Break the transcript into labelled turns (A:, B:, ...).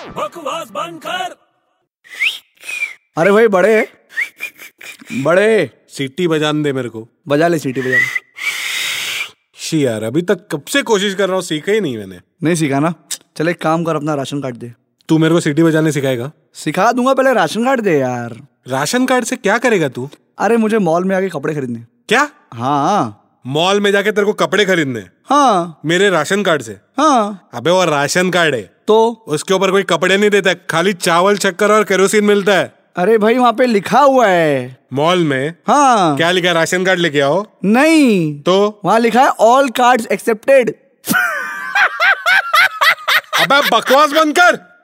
A: आवाज बंद कर
B: अरे भाई बड़े बड़े
C: सीटी बजान दे मेरे को
B: बजा ले सीटी बजा ले
C: शी यार अभी तक कब से कोशिश कर रहा हूँ सीखा ही नहीं मैंने
B: नहीं सीखा ना चल एक काम कर अपना राशन कार्ड दे
C: तू मेरे को सीटी बजाने सिखाएगा
B: सिखा दूंगा पहले राशन कार्ड दे यार
C: राशन कार्ड से क्या करेगा तू
B: अरे मुझे मॉल में आके कपड़े खरीदने
C: क्या
B: हाँ
C: मॉल में जाके तेरे को कपड़े खरीदने हैं।
B: हाँ
C: मेरे राशन कार्ड से
B: हाँ
C: अबे वो राशन कार्ड है
B: तो
C: उसके ऊपर कोई कपड़े नहीं देता है, खाली चावल चक्कर और केरोसिन मिलता है
B: अरे भाई वहाँ पे लिखा हुआ है
C: मॉल में
B: हाँ
C: क्या लिखा है राशन कार्ड लेके आओ
B: नहीं
C: तो
B: वहाँ लिखा है ऑल कार्ड्स एक्सेप्टेड
C: अबे बकवास बंद कर